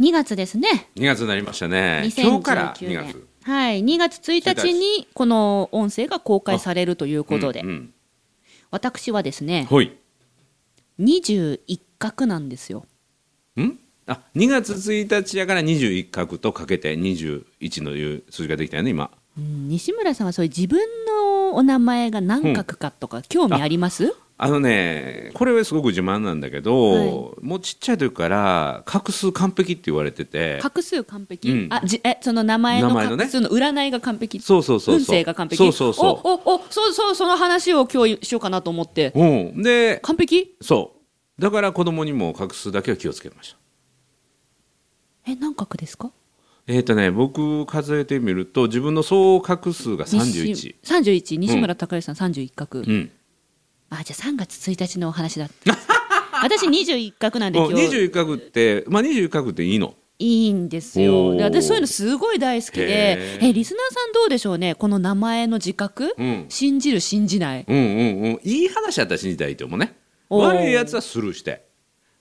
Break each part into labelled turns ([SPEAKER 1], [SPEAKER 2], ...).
[SPEAKER 1] 2月ですね。
[SPEAKER 2] 2月になりましたね。
[SPEAKER 1] 2019
[SPEAKER 2] 今日から2
[SPEAKER 1] 年
[SPEAKER 2] 月。
[SPEAKER 1] はい、2月1日にこの音声が公開されるということで、
[SPEAKER 2] うんうん
[SPEAKER 1] 私はですね、
[SPEAKER 2] ほい。
[SPEAKER 1] 21画なんですよ。
[SPEAKER 2] んあ2月1日やから21画とかけて21のいう数字ができたよね、今。
[SPEAKER 1] うん西村さんはそういう自分のお名前が何画かとか興味あります、
[SPEAKER 2] あのね、これはすごく自慢なんだけど、もうちっちゃい時から画数完璧って言われてて、
[SPEAKER 1] 画数完璧、
[SPEAKER 2] うん
[SPEAKER 1] あじえその名前の
[SPEAKER 2] 名前のね
[SPEAKER 1] 画数の占いが完璧
[SPEAKER 2] そうそうそうそう
[SPEAKER 1] 運勢が完璧
[SPEAKER 2] そうそうそう
[SPEAKER 1] おおおそうそうその話を今日しようかなと思って
[SPEAKER 2] うん、で、
[SPEAKER 1] 完璧
[SPEAKER 2] そう、だから子供にも画数だけは気をつけてました。
[SPEAKER 1] え何画ですか
[SPEAKER 2] えっ、とね、僕数えてみると、自分の総画数が31
[SPEAKER 1] 西。31西村孝之さん31画、
[SPEAKER 2] うん、
[SPEAKER 1] あじゃあ3月1日のお話だ私21画なんで
[SPEAKER 2] もう
[SPEAKER 1] 今日
[SPEAKER 2] 21画って、まあ、21画っていいの
[SPEAKER 1] いいんです
[SPEAKER 2] お
[SPEAKER 1] よ
[SPEAKER 2] ー
[SPEAKER 1] で私そういうのすごい大好き
[SPEAKER 2] へ
[SPEAKER 1] で
[SPEAKER 2] ー
[SPEAKER 1] えリスナーさんどうでしょうねこの名前の自覚、
[SPEAKER 2] うん
[SPEAKER 1] 信じる信じない
[SPEAKER 2] うんうんうんいい話やったら信じたらいいと思うね
[SPEAKER 1] おー
[SPEAKER 2] 悪いやつはスルーして、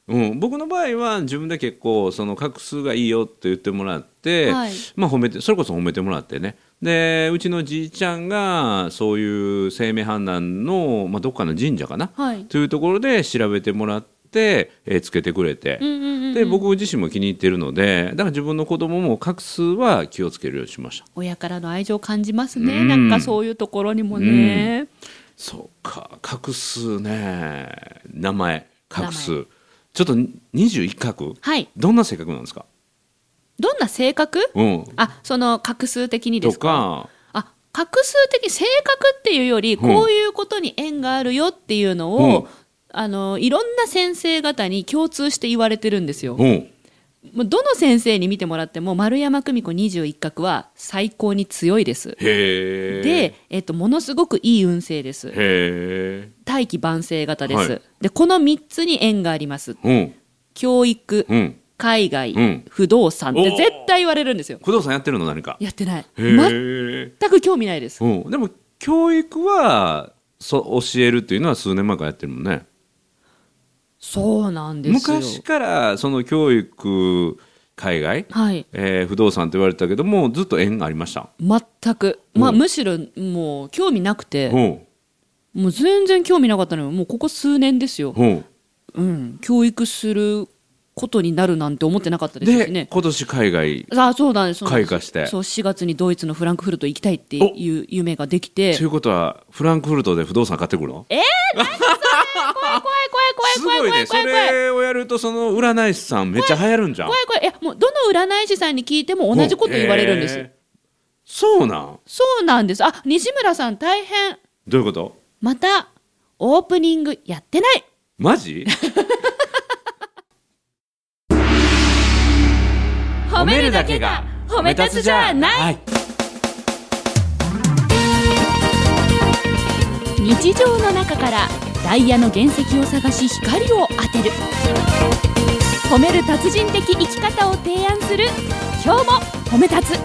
[SPEAKER 2] うん、僕の場合は自分で結構その画数がいいよって言ってもらって、
[SPEAKER 1] はい
[SPEAKER 2] まあ、褒めてそれこそ褒めてもらってねでうちのじいちゃんがそういう生命判断の、まあ、どっかの神社かな、
[SPEAKER 1] はい
[SPEAKER 2] というところで調べてもらって、えーつけてくれて、
[SPEAKER 1] うんうんうんうん
[SPEAKER 2] で僕自身も気に入ってるのでだから自分の子供も画数は気をつけるようにしました
[SPEAKER 1] 親からの愛情を感じます
[SPEAKER 2] う
[SPEAKER 1] ね
[SPEAKER 2] ん
[SPEAKER 1] なんかそういうところにもね
[SPEAKER 2] そうか画数ね名前画
[SPEAKER 1] 名
[SPEAKER 2] 数ちょっと21画
[SPEAKER 1] はい
[SPEAKER 2] どんな性格なんですか
[SPEAKER 1] どんな性格
[SPEAKER 2] うん
[SPEAKER 1] あその画数的にで
[SPEAKER 2] と
[SPEAKER 1] すか
[SPEAKER 2] か
[SPEAKER 1] あ画数的性格っていうより
[SPEAKER 2] うん
[SPEAKER 1] こういうことに縁があるよっていうの
[SPEAKER 2] う
[SPEAKER 1] を
[SPEAKER 2] ん
[SPEAKER 1] あのいろんな先生方に共通して言われてるんですよ
[SPEAKER 2] うん
[SPEAKER 1] もうどの先生に見てもらっても丸山久美子21画は最高に強いです
[SPEAKER 2] へえ
[SPEAKER 1] で、えっと、ものすごくいい運勢です
[SPEAKER 2] へ
[SPEAKER 1] 大器晩成型です、
[SPEAKER 2] はい
[SPEAKER 1] でこの3つに縁があります
[SPEAKER 2] えうん
[SPEAKER 1] 教育、
[SPEAKER 2] うん
[SPEAKER 1] 海外、
[SPEAKER 2] うん
[SPEAKER 1] 不動産って
[SPEAKER 2] おー
[SPEAKER 1] 絶対言われるんですよ。
[SPEAKER 2] 不動産やってるの何か
[SPEAKER 1] やってない。
[SPEAKER 2] へ
[SPEAKER 1] 全
[SPEAKER 2] え、
[SPEAKER 1] く興味ないです。
[SPEAKER 2] うん、でも教育はそ教えるっていうのは数年前からやってるもんね
[SPEAKER 1] そうなんですよ。
[SPEAKER 2] 昔からその教育海外、
[SPEAKER 1] はい。
[SPEAKER 2] えー不動産って言われてたけどもずっと縁がありました
[SPEAKER 1] 全く。まあ、
[SPEAKER 2] うん
[SPEAKER 1] むしろもう興味なく
[SPEAKER 2] う
[SPEAKER 1] て、
[SPEAKER 2] ん
[SPEAKER 1] もう全然興味なかったのよ。もうここ数年ですよ。
[SPEAKER 2] うん
[SPEAKER 1] うん。教育することになるなんて思ってなかったです
[SPEAKER 2] で、
[SPEAKER 1] しね。
[SPEAKER 2] 今年海外
[SPEAKER 1] ああそうなんです。そうなんです
[SPEAKER 2] 開花して
[SPEAKER 1] そう、4月にドイツのフランクフルト行きたいっていう夢ができて。
[SPEAKER 2] ということはフランクフルトで不動産買ってくるのえ
[SPEAKER 1] 怖い怖い怖い怖い怖い怖い怖い怖い。
[SPEAKER 2] すごいねそれをやるとその占い師さんめっちゃ流行るんじゃん
[SPEAKER 1] 怖い怖い。いや、もうどの占い師さんに聞いても同じこと言われるんです。
[SPEAKER 2] へえそうなん
[SPEAKER 1] そうなんです。あ、西村さん大変。
[SPEAKER 2] どういうこと
[SPEAKER 1] また、オープニングやってない。
[SPEAKER 2] マ ジはい
[SPEAKER 1] 日常の中からダイヤの原石を探し光を当てる。褒める達人的生き方を提案する。今日も褒め立つ。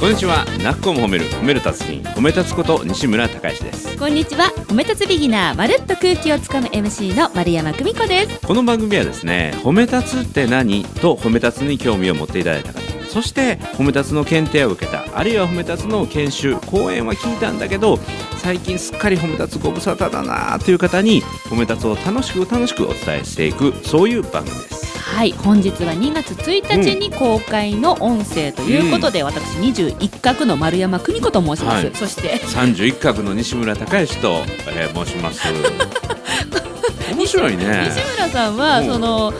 [SPEAKER 2] こんにちはなっこも褒める褒める達人褒め立つこと西村孝之です
[SPEAKER 1] こんにちは。褒め立つビギナー、まるっと空気をつかむ MC の丸山久美子です。
[SPEAKER 2] この番組はですね「褒め立つって何?」と褒め立つに興味を持っていただいた方そして褒め立つの検定を受けたあるいは褒め立つの研修講演は聞いたんだけど最近すっかり褒め立つご無沙汰だなという方に褒め立つを楽しく楽しくお伝えしていくそういう番組です。
[SPEAKER 1] はい、本日は2月1日に公開の音声ということで、私21画の丸山久美子と申します。
[SPEAKER 2] はい
[SPEAKER 1] そして、
[SPEAKER 2] 31画の西村孝之と、えー申 します。面白いね。
[SPEAKER 1] 西村さんは、
[SPEAKER 2] うん
[SPEAKER 1] その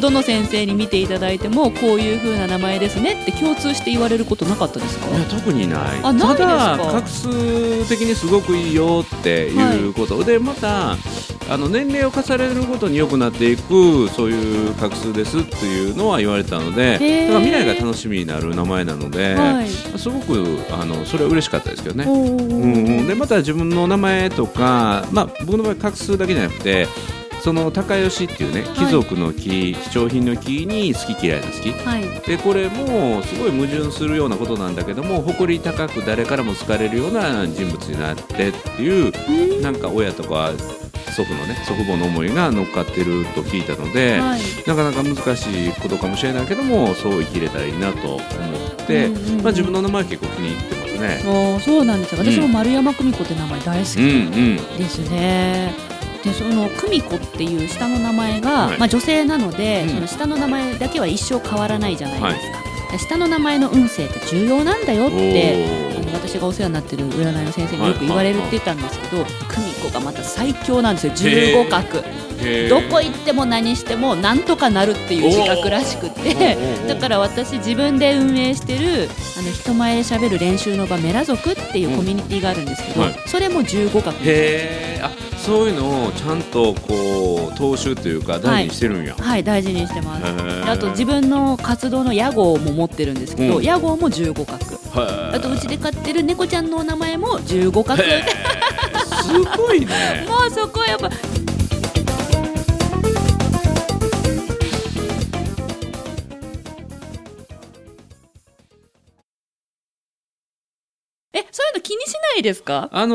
[SPEAKER 1] どの先生に見ていただいてもこういう風な名前ですねって共通して言われることなかったですか
[SPEAKER 2] いや特にない
[SPEAKER 1] あないですか
[SPEAKER 2] ただ画数的にすごくいいよっていうこと、でまたあの年齢を重ねるごとに良くなっていくそういう画数ですっていうのは言われてたのでだ
[SPEAKER 1] ー
[SPEAKER 2] から未来が楽しみになる名前なので、
[SPEAKER 1] はい
[SPEAKER 2] すごくあのそれは嬉しかったですけどね。
[SPEAKER 1] おー
[SPEAKER 2] うんうん、でまた自分の名前とか、まあ、僕の場合画数だけじゃなくてその高吉っていうね貴族の木、貴重品の木に好き嫌いの好き
[SPEAKER 1] はい
[SPEAKER 2] でこれもすごい矛盾するようなことなんだけども誇り高く誰からも好かれるような人物になってっていうなんか親とか祖父のね祖父母の思いが乗っかってると聞いたので、
[SPEAKER 1] はい
[SPEAKER 2] なかなか難しいことかもしれないけどもそう生きれたらいいなと思って、
[SPEAKER 1] うんうんうん
[SPEAKER 2] まあ、自分の名前結構気に入ってますね。
[SPEAKER 1] あーそうなんですよ私も丸山久美子って名前大好き
[SPEAKER 2] うんうん
[SPEAKER 1] ですね。でその久美子っていう下の名前が、
[SPEAKER 2] はい
[SPEAKER 1] まあ、女性なので、
[SPEAKER 2] うん
[SPEAKER 1] その下の名前だけは一生変わらないじゃないですか、で下の名前の運勢って重要なんだよっ
[SPEAKER 2] お
[SPEAKER 1] てあの
[SPEAKER 2] ー
[SPEAKER 1] 私がお世話になってる占いの先生によく言われるって言ったんですけど久美子がまた最強なんですよ
[SPEAKER 2] へー
[SPEAKER 1] 15角
[SPEAKER 2] へー
[SPEAKER 1] どこ行っても何してもなんとかなるっていう自覚らしくて
[SPEAKER 2] おーおーおー
[SPEAKER 1] だから私自分で運営してるあの人前で喋る練習の場メラ族っていうコミュニティがあるんですけど、
[SPEAKER 2] はい
[SPEAKER 1] それも15角なんですよ
[SPEAKER 2] へえあそういうのをちゃんとこう踏襲というか大事にしてるんや、
[SPEAKER 1] はい、大事にしてます。
[SPEAKER 2] へー
[SPEAKER 1] であと自分の活動の屋号も持ってるんですけど、
[SPEAKER 2] うん
[SPEAKER 1] 屋号も15角。
[SPEAKER 2] へー
[SPEAKER 1] あとうちで飼ってる猫ちゃんのお名前も15角。
[SPEAKER 2] へーすごいね
[SPEAKER 1] もうそこはやっぱえ、そういうの気にしないですか？
[SPEAKER 2] あの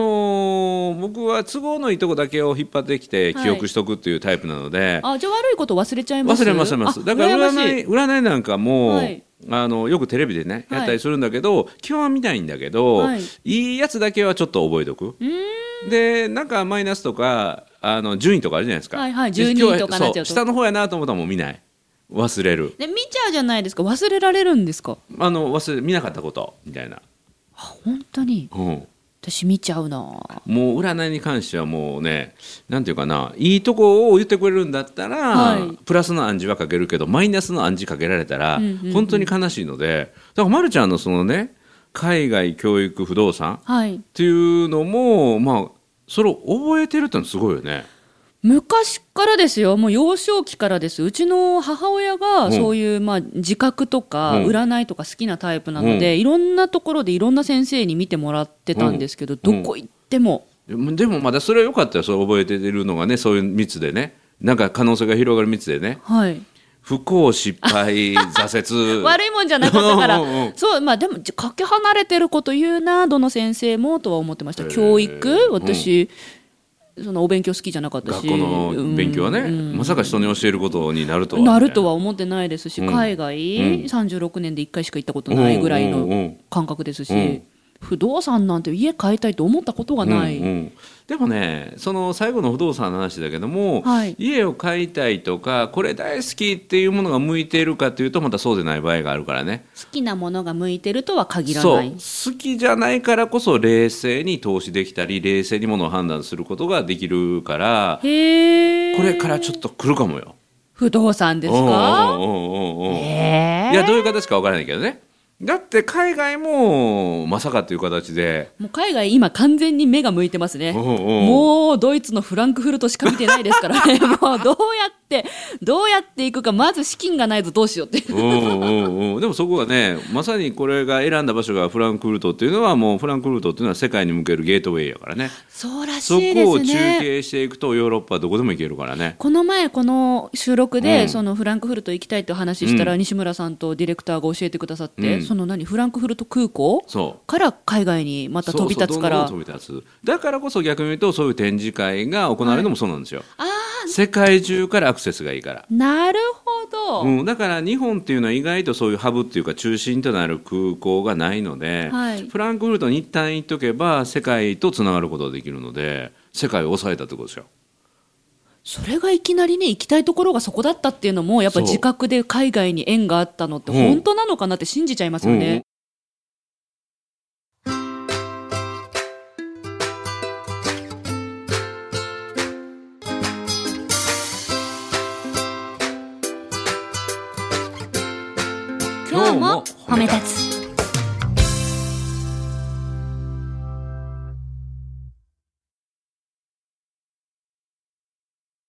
[SPEAKER 2] ー僕は都合のいいとこだけを引っ張ってきて
[SPEAKER 1] はい
[SPEAKER 2] 記憶しとくっていうタイプなので、
[SPEAKER 1] あ、じゃあ悪いこと忘れちゃいます。
[SPEAKER 2] 忘れます忘れます
[SPEAKER 1] あ
[SPEAKER 2] だから
[SPEAKER 1] 羨まし
[SPEAKER 2] 占い占いなんかも、
[SPEAKER 1] はい
[SPEAKER 2] あのよくテレビでね
[SPEAKER 1] はい
[SPEAKER 2] やったりするんだけど、基本は見ないんだけど、
[SPEAKER 1] はい
[SPEAKER 2] い、いやつだけはちょっと覚えとく
[SPEAKER 1] うーん
[SPEAKER 2] でなんかマイナスとかあの順位とかあるじゃないですか、
[SPEAKER 1] はいはい
[SPEAKER 2] で
[SPEAKER 1] 12
[SPEAKER 2] 今日
[SPEAKER 1] とかなっちゃうと
[SPEAKER 2] そう下の方やなと思ったらもう見ない忘れる
[SPEAKER 1] で見ちゃうじゃないですか。忘れられるんですか？
[SPEAKER 2] あの忘れ見なかったことみたいな、
[SPEAKER 1] 本当に。
[SPEAKER 2] うん、
[SPEAKER 1] 私見ちゃうなあ
[SPEAKER 2] もう占いに関してはもうねなんていうかないいとこを言ってくれるんだったら、
[SPEAKER 1] はい
[SPEAKER 2] プラスの暗示はかけるけどマイナスの暗示かけられたら、
[SPEAKER 1] うんうんうん
[SPEAKER 2] 本当に悲しいのでだからまるちゃんのそのね海外教育不動産っ
[SPEAKER 1] はい
[SPEAKER 2] ていうのもまあそれを覚えてるってのすごいよね。
[SPEAKER 1] 昔からですよもう幼少期からですうちの母親
[SPEAKER 2] うん
[SPEAKER 1] がそういう、まあ、自覚とか
[SPEAKER 2] うん
[SPEAKER 1] 占いとか好きなタイプなので、いろんなところでいろんな先生に見てもらってたんですけど、
[SPEAKER 2] うん
[SPEAKER 1] どこ行っても、
[SPEAKER 2] でもでもまだそれは良かったよそれ覚えてるのがねそういう密でねなんか可能性が広がる密でね
[SPEAKER 1] はい、
[SPEAKER 2] 不幸失敗挫折
[SPEAKER 1] 悪いもんじゃなかったか
[SPEAKER 2] うんうん
[SPEAKER 1] ら
[SPEAKER 2] うん
[SPEAKER 1] そうまあでもじかけ離れてること言うなどの先生もとは思ってました
[SPEAKER 2] へー
[SPEAKER 1] 教育私、そのお勉強好きじゃなかったし
[SPEAKER 2] 学校の勉強はね、
[SPEAKER 1] うん
[SPEAKER 2] まさか人に教えることになるとは、
[SPEAKER 1] なるとは思ってないですし、
[SPEAKER 2] うん
[SPEAKER 1] 海外、
[SPEAKER 2] うん
[SPEAKER 1] 36年で1回しか行ったことないぐらい
[SPEAKER 2] うんうんう
[SPEAKER 1] の
[SPEAKER 2] ん
[SPEAKER 1] 感覚ですし、
[SPEAKER 2] うん
[SPEAKER 1] 不動産なんて家買いたいと思ったことがない、
[SPEAKER 2] うんうんでもねその最後の不動産の話だけども、
[SPEAKER 1] はい
[SPEAKER 2] 家を買いたいとかこれ大好きっていうものが向いているかというとまたそうでない場合があるからね
[SPEAKER 1] 好きなものが向いてるとは限ら
[SPEAKER 2] そ
[SPEAKER 1] な
[SPEAKER 2] う
[SPEAKER 1] い。
[SPEAKER 2] 好きじゃないからこそ冷静に投資できたり冷静にものを判断することができるから
[SPEAKER 1] へー
[SPEAKER 2] これからちょっと来るかもよ。
[SPEAKER 1] 不動産ですか
[SPEAKER 2] おうおうおうおうおう
[SPEAKER 1] えー
[SPEAKER 2] いやどういう形かわからないけどねだって海外もまさかという形で
[SPEAKER 1] もう海外今完全に目が向いてますね。
[SPEAKER 2] おうおう
[SPEAKER 1] もうドイツのフランクフルトしか見てないですから ね。もうどうやって、どうやっていくか、まず資金がないとどうしようっていう。
[SPEAKER 2] うんうんうんでもそこがねまさにこれが選んだ場所がフランクフルトっていうのはもうフランクフルトっていうのは世界に向けるゲートウェイやからね
[SPEAKER 1] そうらし
[SPEAKER 2] そ
[SPEAKER 1] いですね。
[SPEAKER 2] こを中継していくとヨーロッパどこでも行けるからね
[SPEAKER 1] この前、この収録で、
[SPEAKER 2] うん
[SPEAKER 1] そのフランクフルト行きたいってお話ししたら、
[SPEAKER 2] う
[SPEAKER 1] 西村さんとディレクターが教えてくださって、
[SPEAKER 2] うん
[SPEAKER 1] その何、フランクフルト空港
[SPEAKER 2] そう
[SPEAKER 1] から海外にまた飛び立つから、
[SPEAKER 2] そうそうどんどん飛び立つだからこそ逆に言うとそういう展示会が行われるのもそうなんですよ、
[SPEAKER 1] あ
[SPEAKER 2] 世界中からアクセスがいいから
[SPEAKER 1] ー、なるほど、
[SPEAKER 2] うん、だから日本っていうのは意外とそういうハブっていうか中心となる空港がないので、
[SPEAKER 1] はい
[SPEAKER 2] フランクフルトに一旦行っとけば世界とつながることができるので世界を抑えたってことですよ。
[SPEAKER 1] それがいきなりね、行きたいところがそこだったっていうのも、やっぱ
[SPEAKER 2] そう
[SPEAKER 1] 自覚で海外に縁があったのって、
[SPEAKER 2] うん
[SPEAKER 1] 本当なのかなって信じちゃいますよね。
[SPEAKER 2] 今日も褒め
[SPEAKER 1] 立つ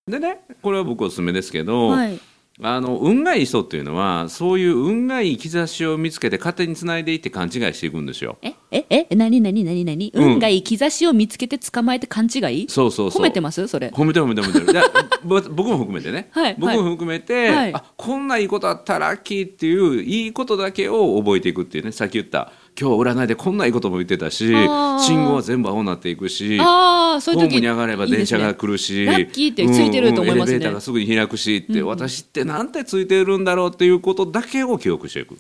[SPEAKER 2] でねこれは僕おすすめですけど、
[SPEAKER 1] はい、
[SPEAKER 2] あの運がいい人っていうのはそういう運がいい兆しを見つけて勝手につないでいって勘違いしていくんですよ。
[SPEAKER 1] えええ何何何何
[SPEAKER 2] うん
[SPEAKER 1] 運がいい兆しを見つけて捕まえて勘違い
[SPEAKER 2] そうそうそ
[SPEAKER 1] 褒
[SPEAKER 2] う
[SPEAKER 1] めてますそれ
[SPEAKER 2] 褒めてる褒めてる褒めてる。いや ぼ僕も含めてね。
[SPEAKER 1] はい
[SPEAKER 2] 僕も含めて、
[SPEAKER 1] はい
[SPEAKER 2] あこんないいことあったらラッキーっていういいことだけを覚えていくっていうね。さっき言った今日占いでこんないいことも言ってたし
[SPEAKER 1] あー
[SPEAKER 2] 信号は全部青になっていくし
[SPEAKER 1] ああそう
[SPEAKER 2] ホ
[SPEAKER 1] いう
[SPEAKER 2] ー
[SPEAKER 1] 時
[SPEAKER 2] ムに上がれば電車
[SPEAKER 1] いいで
[SPEAKER 2] が
[SPEAKER 1] すね
[SPEAKER 2] 来るし
[SPEAKER 1] ラッキーってついてると思いますね
[SPEAKER 2] エレベーターがすぐに開くしって、私ってなんてついてるんだろうっていうことだけを記憶していく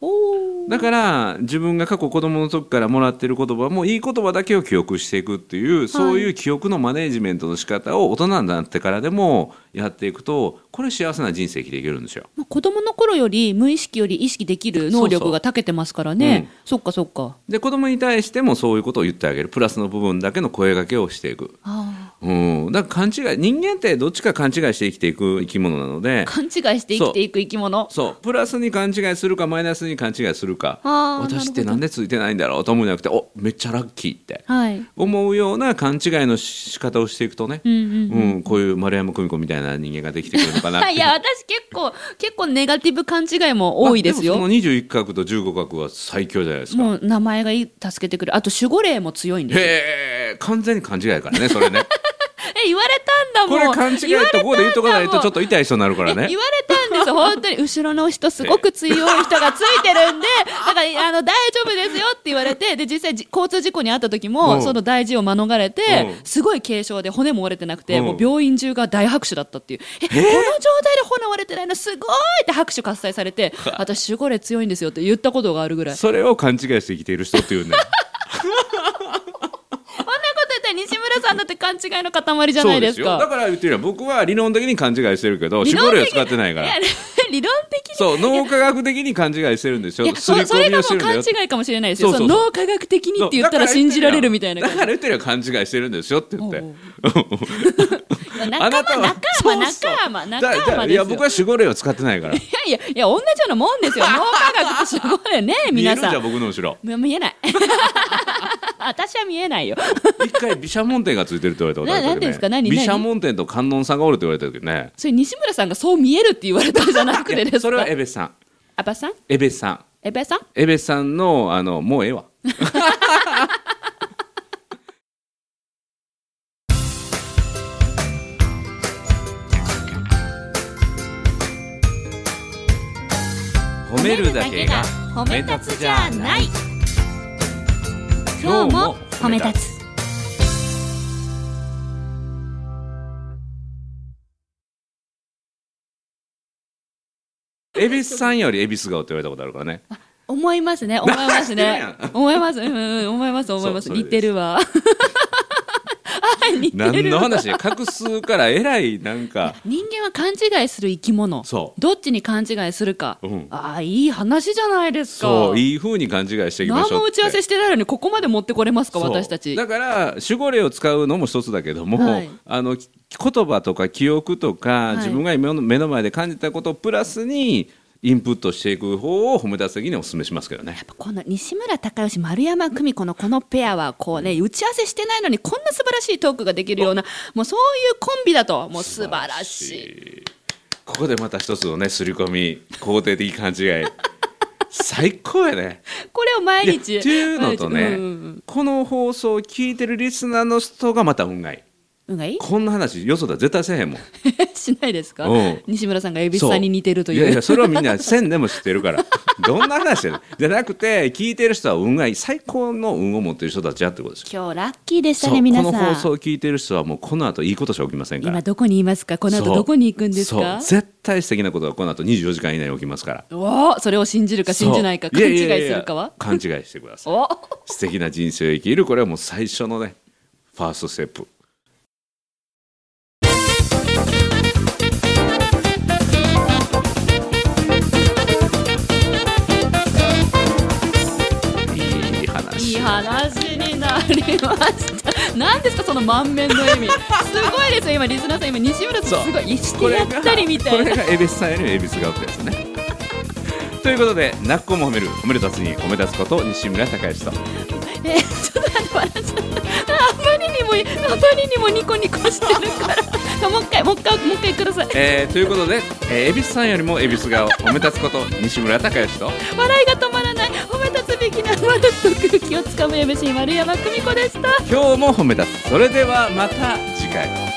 [SPEAKER 1] おー
[SPEAKER 2] だから自分が過去子供の時からもらってる言葉もいい言葉だけを記憶していくっていうそういう記憶のマネージメントの仕方を大人になってからでもやっていくとこれ幸せな人生生きていけるんですよ。
[SPEAKER 1] まあ子供の頃より無意識より意識できる能力が長けてますからねそっかそっか
[SPEAKER 2] で子供に対してもそういうことを言ってあげるプラスの部分だけの声掛けをしていく。
[SPEAKER 1] あ
[SPEAKER 2] うん、だから勘違い人間ってどっちか勘違いして生きていく生き物なの
[SPEAKER 1] ー
[SPEAKER 2] で
[SPEAKER 1] 勘違いして生きていく生き物
[SPEAKER 2] そうプラスに勘違いするかマイナスに勘違いするか
[SPEAKER 1] あー
[SPEAKER 2] 私ってなんでついてないんだろうと思うんじゃなくておめっちゃラッキーって
[SPEAKER 1] はい
[SPEAKER 2] 思うような勘違いの仕方をしていくとね、
[SPEAKER 1] うんうん
[SPEAKER 2] うん、こういう丸山久美子みたいな人間ができてくるのかなっ て
[SPEAKER 1] いや私結構結構ネガティブ勘違いも多いです
[SPEAKER 2] まあ
[SPEAKER 1] よ
[SPEAKER 2] もその21画と15画は最強じゃないですか。
[SPEAKER 1] もう名前がいい助けてくれるあと守護霊も強いんですよ
[SPEAKER 2] へえ完全に勘違いやからね それね
[SPEAKER 1] え言われたんだも
[SPEAKER 2] こ
[SPEAKER 1] ん
[SPEAKER 2] れ勘違い
[SPEAKER 1] 言わ
[SPEAKER 2] っ
[SPEAKER 1] れ
[SPEAKER 2] てここで言っとかな
[SPEAKER 1] た
[SPEAKER 2] い
[SPEAKER 1] んだも
[SPEAKER 2] と
[SPEAKER 1] ん
[SPEAKER 2] ちょっと痛い人になるからね
[SPEAKER 1] 言われたんですよ本当に後ろの人すごく強い人がついて るんでだからあの大丈夫ですよって言われてで実際じ交通事故に遭った時
[SPEAKER 2] う
[SPEAKER 1] も
[SPEAKER 2] ん
[SPEAKER 1] その大事を免れて
[SPEAKER 2] うん
[SPEAKER 1] すごい軽傷で骨も折れてなくて
[SPEAKER 2] うん
[SPEAKER 1] もう病院中が大拍手だったっていうえこの状態で骨折れてないのすごいって拍手喝采され て私守護霊強いんですよって言ったことがあるぐらい
[SPEAKER 2] それを勘違いして生きている人っていうね
[SPEAKER 1] そんなこと言ったら西村さんだって勘違いの塊 じゃないです
[SPEAKER 2] そうよだ
[SPEAKER 1] か
[SPEAKER 2] から言ってるよ僕は理論的に勘違いしてるけど
[SPEAKER 1] 理
[SPEAKER 2] 絞
[SPEAKER 1] 論的
[SPEAKER 2] るを使ってないか
[SPEAKER 1] い
[SPEAKER 2] ら
[SPEAKER 1] や理論的に
[SPEAKER 2] そう脳科学的に勘違いしてるんです
[SPEAKER 1] い
[SPEAKER 2] よ
[SPEAKER 1] や
[SPEAKER 2] す
[SPEAKER 1] そ
[SPEAKER 2] り
[SPEAKER 1] そ
[SPEAKER 2] 込
[SPEAKER 1] れ
[SPEAKER 2] み
[SPEAKER 1] がも
[SPEAKER 2] をして
[SPEAKER 1] う
[SPEAKER 2] るんだ
[SPEAKER 1] 勘
[SPEAKER 2] よ
[SPEAKER 1] 違いかもしれないですよ
[SPEAKER 2] そ
[SPEAKER 1] そ
[SPEAKER 2] うそうそう
[SPEAKER 1] の脳科学的にって言ったら信じられるみたいな
[SPEAKER 2] だ
[SPEAKER 1] 感
[SPEAKER 2] から言ってるよ勘違いしてるんですよって言って
[SPEAKER 1] おうおうじ
[SPEAKER 2] あな
[SPEAKER 1] 仲
[SPEAKER 2] た
[SPEAKER 1] 間
[SPEAKER 2] は
[SPEAKER 1] 仲間
[SPEAKER 2] そうそう
[SPEAKER 1] 仲間
[SPEAKER 2] だ
[SPEAKER 1] 仲間で
[SPEAKER 2] だい
[SPEAKER 1] す
[SPEAKER 2] や
[SPEAKER 1] よ
[SPEAKER 2] 僕は守護霊を使っ てないから見
[SPEAKER 1] いやいやいや同じようなもんですよ脳科学とすごい ね
[SPEAKER 2] え
[SPEAKER 1] 皆
[SPEAKER 2] るじ
[SPEAKER 1] さ
[SPEAKER 2] ゃん
[SPEAKER 1] ん
[SPEAKER 2] 僕の 後ろ
[SPEAKER 1] 見見えない私は見えないよ
[SPEAKER 2] 一回毘沙門天がついてるって言われたことある
[SPEAKER 1] ななん
[SPEAKER 2] け
[SPEAKER 1] でで
[SPEAKER 2] ど、ね
[SPEAKER 1] すか、何
[SPEAKER 2] 毘沙門天と観音さんがおるって言われた時ね
[SPEAKER 1] それ西村さんがそう見えるって言われたんじゃなくてですか
[SPEAKER 2] それはエベさん
[SPEAKER 1] アバさん
[SPEAKER 2] エベさん
[SPEAKER 1] エベさん
[SPEAKER 2] エベさんのあのもうえ えわ褒めるだけが
[SPEAKER 1] 褒
[SPEAKER 2] め立つじゃない
[SPEAKER 1] 今日も褒め立
[SPEAKER 2] つ
[SPEAKER 1] つ
[SPEAKER 2] 恵比寿さんより恵比寿顔って言われたことあるからね
[SPEAKER 1] 思い ますね思いますね
[SPEAKER 2] 知ってるや
[SPEAKER 1] 思いますうんうん思います思います
[SPEAKER 2] そうそれ
[SPEAKER 1] 似
[SPEAKER 2] です
[SPEAKER 1] てる わあ似て
[SPEAKER 2] 何
[SPEAKER 1] る
[SPEAKER 2] の
[SPEAKER 1] わ
[SPEAKER 2] 話や画数からえらいなんか
[SPEAKER 1] 人間は勘違いする生き物
[SPEAKER 2] そう
[SPEAKER 1] どっちに勘違いするか、
[SPEAKER 2] うん
[SPEAKER 1] ああいい話じゃないですか
[SPEAKER 2] そういい風に勘違いしていきましょう
[SPEAKER 1] 何も打ち合わせしてないのにここまで持ってこれますか
[SPEAKER 2] そう
[SPEAKER 1] 私たち
[SPEAKER 2] だから守護霊を使うのも一つだけども、
[SPEAKER 1] はい
[SPEAKER 2] あのき言葉とか記憶とか、
[SPEAKER 1] い
[SPEAKER 2] 自分が今の目の前で感じたことをプラスにインプットしていく方を褒め出す時にお勧めしますけどね
[SPEAKER 1] やっぱこの西村孝義丸山久美子のこのペアはこうね打ち合わせしてないのにこんな素晴らしいトークができるようなもうそういうコンビだともう素晴らしい
[SPEAKER 2] いここでまた一つのね刷り込み肯定的勘違い最高やね
[SPEAKER 1] これを毎
[SPEAKER 2] いやっ
[SPEAKER 1] 日
[SPEAKER 2] ていうのとね、
[SPEAKER 1] 毎日うんうんうん
[SPEAKER 2] この放送を聞いてるリスナーの人がまた運がいい
[SPEAKER 1] 運がいい
[SPEAKER 2] こんな話よそだ絶対せえへんもん
[SPEAKER 1] しないですか
[SPEAKER 2] うん
[SPEAKER 1] 西村さんが蛭子さんに似てるという
[SPEAKER 2] やいやそれはみんな1000でも知って るからどんな話やねんじゃなくて聞いてる人は運がいい最高の運を持ってる人たちやってことですよ
[SPEAKER 1] 今日ラッキーでした
[SPEAKER 2] そう
[SPEAKER 1] ね
[SPEAKER 2] こ
[SPEAKER 1] 皆さ
[SPEAKER 2] の
[SPEAKER 1] ん
[SPEAKER 2] 放送を聞いてる人はもうこの後いいことしか起きませんから
[SPEAKER 1] 今どこにいますかこの後
[SPEAKER 2] そう
[SPEAKER 1] どこに行くんです
[SPEAKER 2] そう
[SPEAKER 1] か
[SPEAKER 2] 絶対素敵なことがこの後24時間以内に起きますから
[SPEAKER 1] おーそれを信じるか信じないか
[SPEAKER 2] そう
[SPEAKER 1] 勘違い
[SPEAKER 2] やや
[SPEAKER 1] す
[SPEAKER 2] や
[SPEAKER 1] るかは
[SPEAKER 2] 勘違いしてください
[SPEAKER 1] お
[SPEAKER 2] 素敵な人生を生きるこれはもう最初のねファーストステップいい話
[SPEAKER 1] いい話になりました何ですかその満面の笑みすごいですよ今リスナーさん今西村さんすごいしてやったりみた
[SPEAKER 2] こ
[SPEAKER 1] い
[SPEAKER 2] れ
[SPEAKER 1] な
[SPEAKER 2] が恵比寿さんより恵比寿がってですね ということで泣く子も褒める褒めるたつに褒め立つこと西村孝之と
[SPEAKER 1] えちょっと待って笑っちゃったあまりにもあまりにもニコニコしてるからもう一回もう一回もう一回ください
[SPEAKER 2] えーということで、えー、恵比寿さんよりも恵比寿顔褒め立つこと西村孝之と
[SPEAKER 1] 笑いが止まらない褒め立つべきなまるっと空気をつかむ MC 丸山久美子でした
[SPEAKER 2] 今日も褒め立つそれではまた次回